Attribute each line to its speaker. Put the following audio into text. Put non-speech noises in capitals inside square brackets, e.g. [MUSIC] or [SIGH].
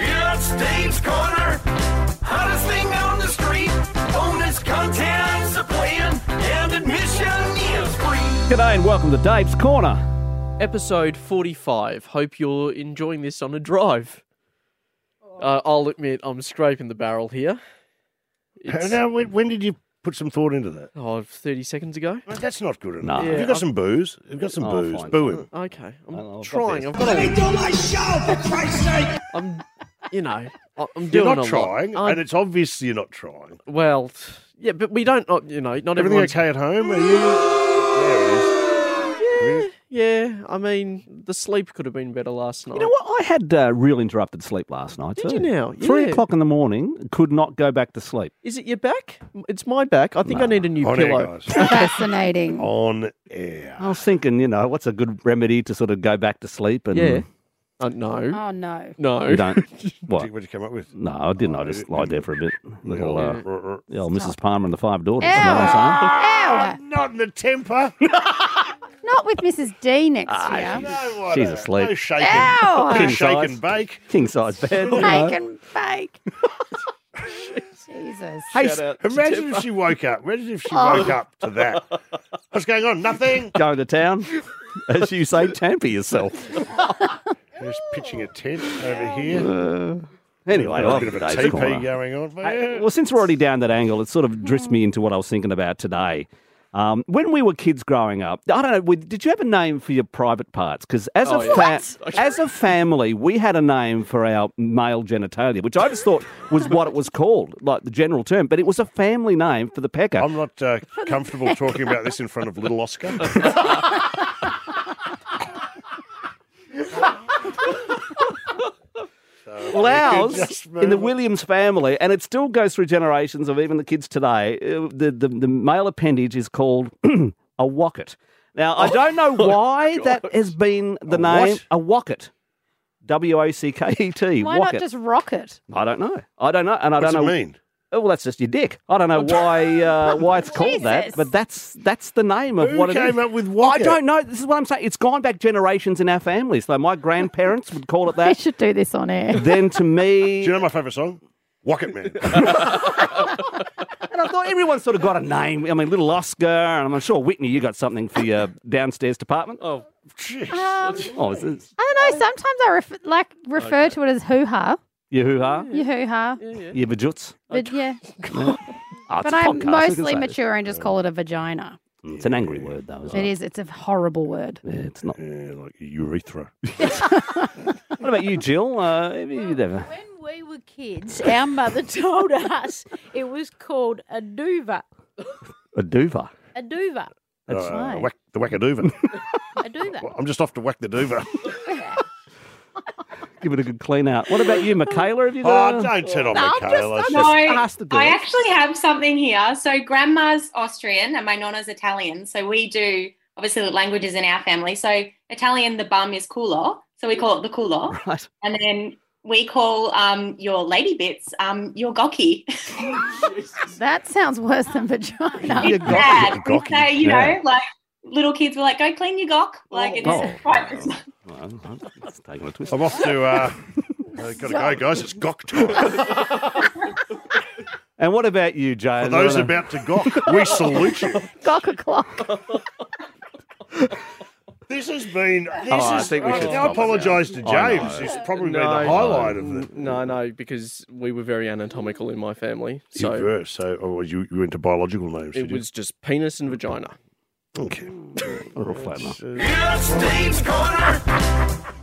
Speaker 1: It's Dave's Corner. Hottest thing on the street. Bonus contents are playing, and admission is free.
Speaker 2: G'day and welcome to Dave's Corner.
Speaker 3: episode 45 hope you're enjoying this on a drive uh, i'll admit i'm scraping the barrel here It's-
Speaker 4: Now, when, when did you put some thought into that?
Speaker 3: oh 30 seconds ago
Speaker 4: Well, That's not good enough.
Speaker 2: No.
Speaker 4: Have
Speaker 3: Yeah,
Speaker 4: you got
Speaker 3: I-
Speaker 4: some booze? Have you got some
Speaker 2: Oh,
Speaker 4: booze?
Speaker 2: fine.
Speaker 4: Boo him.
Speaker 3: okay i'm
Speaker 2: know, I've got
Speaker 3: trying
Speaker 2: this.
Speaker 3: i've got to,
Speaker 5: me do my show, for Christ's sake!
Speaker 3: i'm you know I- i'm doing
Speaker 4: You're not
Speaker 3: a
Speaker 4: trying,
Speaker 3: lot. I'm-
Speaker 4: and it's obvious you're not trying.
Speaker 3: well yeah but we don't uh, you know not
Speaker 4: Everything
Speaker 3: everyone's
Speaker 4: okay at home? Are you... There it is.
Speaker 3: yeah i mean the sleep could have been better last night
Speaker 2: You know what? I had uh, real interrupted sleep last night.
Speaker 3: Did
Speaker 2: too.
Speaker 3: you now?
Speaker 2: Three
Speaker 3: Yeah.
Speaker 2: o'clock in the morning, could not go back to sleep.
Speaker 3: is it your back it's my back i think i
Speaker 2: Nah.
Speaker 3: need a new
Speaker 4: On air,
Speaker 3: pillow
Speaker 4: guys.
Speaker 2: [LAUGHS]
Speaker 6: Fascinating.
Speaker 2: Oh.
Speaker 4: On air.
Speaker 2: I was thinking, you know, what's a good remedy to sort of go back to sleep? And
Speaker 3: yeah uh, no
Speaker 6: Oh no.
Speaker 3: no
Speaker 2: you don't. [LAUGHS]
Speaker 4: What
Speaker 2: what?
Speaker 4: did you come up with?
Speaker 2: No, I didn't. I just lied there for a bit. Little, uh,
Speaker 4: Little,
Speaker 2: the old Mrs. Palmer and the five daughters.
Speaker 6: Ow.
Speaker 2: You know what I'm saying?
Speaker 6: Ow!
Speaker 4: Not in the temper.
Speaker 6: Not with Mrs. D next year.
Speaker 4: No, what
Speaker 2: Ah, She's
Speaker 4: a-
Speaker 2: asleep.
Speaker 4: No shaking.
Speaker 6: Ow!
Speaker 4: No
Speaker 2: King
Speaker 4: shake
Speaker 2: size.
Speaker 4: and bake.
Speaker 2: King size bed. you know.
Speaker 6: Bake and bake. [LAUGHS] Jesus.
Speaker 4: Hey, imagine if she woke up. Imagine if she woke up to that. What's going on? Nothing.
Speaker 2: Go to town. As you say, tamper yourself.
Speaker 4: Just pitching a tent over here.
Speaker 2: Anyway,
Speaker 4: a
Speaker 2: I
Speaker 4: bit of a
Speaker 2: Dave's
Speaker 4: TP
Speaker 2: Uh, Corner.
Speaker 4: going on. But
Speaker 2: Hey,
Speaker 4: yeah.
Speaker 2: well, since we're already down that angle, it sort of drifts me into what I was thinking about today. Um, when we were kids growing up, I don't know. we- Did you have a name for your private parts? Because as
Speaker 3: Oh,
Speaker 2: a
Speaker 3: yeah.
Speaker 2: fa- as a family, we had a name for our male genitalia, which I just thought was what it was called, like the general term. But it was a family name [LAUGHS] for the pecker.
Speaker 4: I'm not uh, comfortable talking about this in front of
Speaker 2: [LAUGHS]
Speaker 4: little Oscar.
Speaker 2: Louse
Speaker 4: Just
Speaker 2: in the
Speaker 4: move-
Speaker 2: Williams family, and it still goes through generations of even the kids today. uh, The the, the male appendage is called [CLEARS THROAT] a wocket. Now
Speaker 4: Oh,
Speaker 2: I don't
Speaker 4: [LAUGHS]
Speaker 2: know why that has been the name
Speaker 4: what?
Speaker 2: a wocket. W O C K E T.
Speaker 6: Why
Speaker 2: Wocket.
Speaker 6: not just rocket?
Speaker 2: I don't know. I don't know, and I
Speaker 4: What's
Speaker 2: don't
Speaker 4: it
Speaker 2: know.
Speaker 4: mean?
Speaker 2: Oh, well, that's just your dick. I
Speaker 6: [LAUGHS]
Speaker 2: don't know why uh, why it's called that,
Speaker 6: Jesus.
Speaker 2: but that's that's the name of
Speaker 4: Who
Speaker 2: what it is.
Speaker 4: came up with what?
Speaker 2: I don't know. This is what I'm saying. It's gone back generations in our families. Though my grandparents would call it
Speaker 6: I [LAUGHS]
Speaker 2: that.
Speaker 6: should do this
Speaker 2: [LAUGHS]
Speaker 6: on air. Um,
Speaker 2: Then to me,
Speaker 4: Do you know my favourite song?
Speaker 2: [LAUGHS]
Speaker 4: Rocket Man.
Speaker 2: And I thought everyone's sort of got a name. I mean, little Oscar, and I'm sure Whitney, you got something for your downstairs department.
Speaker 3: oh
Speaker 4: Jeez.
Speaker 2: Oh, is this
Speaker 6: I don't know. Sometimes I ref- like refer to it as hoo ha.
Speaker 2: your hoo ha,
Speaker 6: You hoo ha.
Speaker 2: your bajuts?
Speaker 6: But yeah.
Speaker 2: Oh, it's
Speaker 6: But
Speaker 2: a podcast,
Speaker 6: I'm
Speaker 2: I can
Speaker 6: mostly
Speaker 2: say this. Oh.
Speaker 6: mature and just call it a vagina.
Speaker 2: It's an angry word, though. Isn't
Speaker 6: It
Speaker 2: it,
Speaker 6: is. It's a horrible word.
Speaker 2: Yeah, it's not.
Speaker 4: Yeah, like urethra.
Speaker 2: What about you, Jill? Uh, have you ever-
Speaker 7: When we were kids, our mother [LAUGHS] told us it was called a [LAUGHS] duva.
Speaker 2: a duva.
Speaker 7: A duva.
Speaker 4: Uh,
Speaker 6: right.
Speaker 4: whack, the whack
Speaker 2: [LAUGHS]
Speaker 4: a duva.
Speaker 7: A duva.
Speaker 4: Well, I'm just off to whack the duva.
Speaker 2: Give it a good clean out. What about you, Michaela? Have you got?
Speaker 4: oh,
Speaker 2: a-
Speaker 4: don't turn on
Speaker 8: No,
Speaker 4: me,
Speaker 8: I'm
Speaker 4: Kale. It's just-
Speaker 8: just- no,
Speaker 2: ask the girls.
Speaker 8: I actually have something here. So grandma's Austrian and my nonna's Italian. So we do obviously the languages in our family. So Italian, the bum is culo. So we call it the culo.
Speaker 2: [LAUGHS] Right.
Speaker 8: And then we call um, your lady bits um, your gocchi.
Speaker 6: That sounds worse
Speaker 2: [LAUGHS]
Speaker 6: than vagina.
Speaker 2: Your
Speaker 8: It's
Speaker 2: gocchi.
Speaker 8: bad. We
Speaker 4: Gocchi,
Speaker 8: say, you
Speaker 2: yeah.
Speaker 8: know, like little kids were like, go clean your gock. Like it's
Speaker 2: Oh.
Speaker 8: quite
Speaker 2: Well, that's taking a twist.
Speaker 4: I'm off
Speaker 2: [LAUGHS]
Speaker 4: to. Uh, uh, gotta go, guys. It's gok time.
Speaker 2: And what about you, Jay?
Speaker 4: For those about to gok, we salute you.
Speaker 6: [LAUGHS] Cock o'clock.
Speaker 4: This has been. This
Speaker 2: Oh, I
Speaker 4: is,
Speaker 2: think we should
Speaker 4: I
Speaker 2: stop it
Speaker 4: apologise to
Speaker 2: now. I
Speaker 4: James.
Speaker 2: know.
Speaker 4: It's probably
Speaker 3: No,
Speaker 4: been the
Speaker 3: no,
Speaker 4: highlight of the.
Speaker 3: n- no no because we were very anatomical in my family
Speaker 4: So, you
Speaker 3: so
Speaker 4: were, so oh, you, you were into biological names.
Speaker 3: it
Speaker 4: did
Speaker 3: was just penis and vagina
Speaker 4: you? Okay.
Speaker 2: We're all flat now.
Speaker 1: It's Dave's Corner.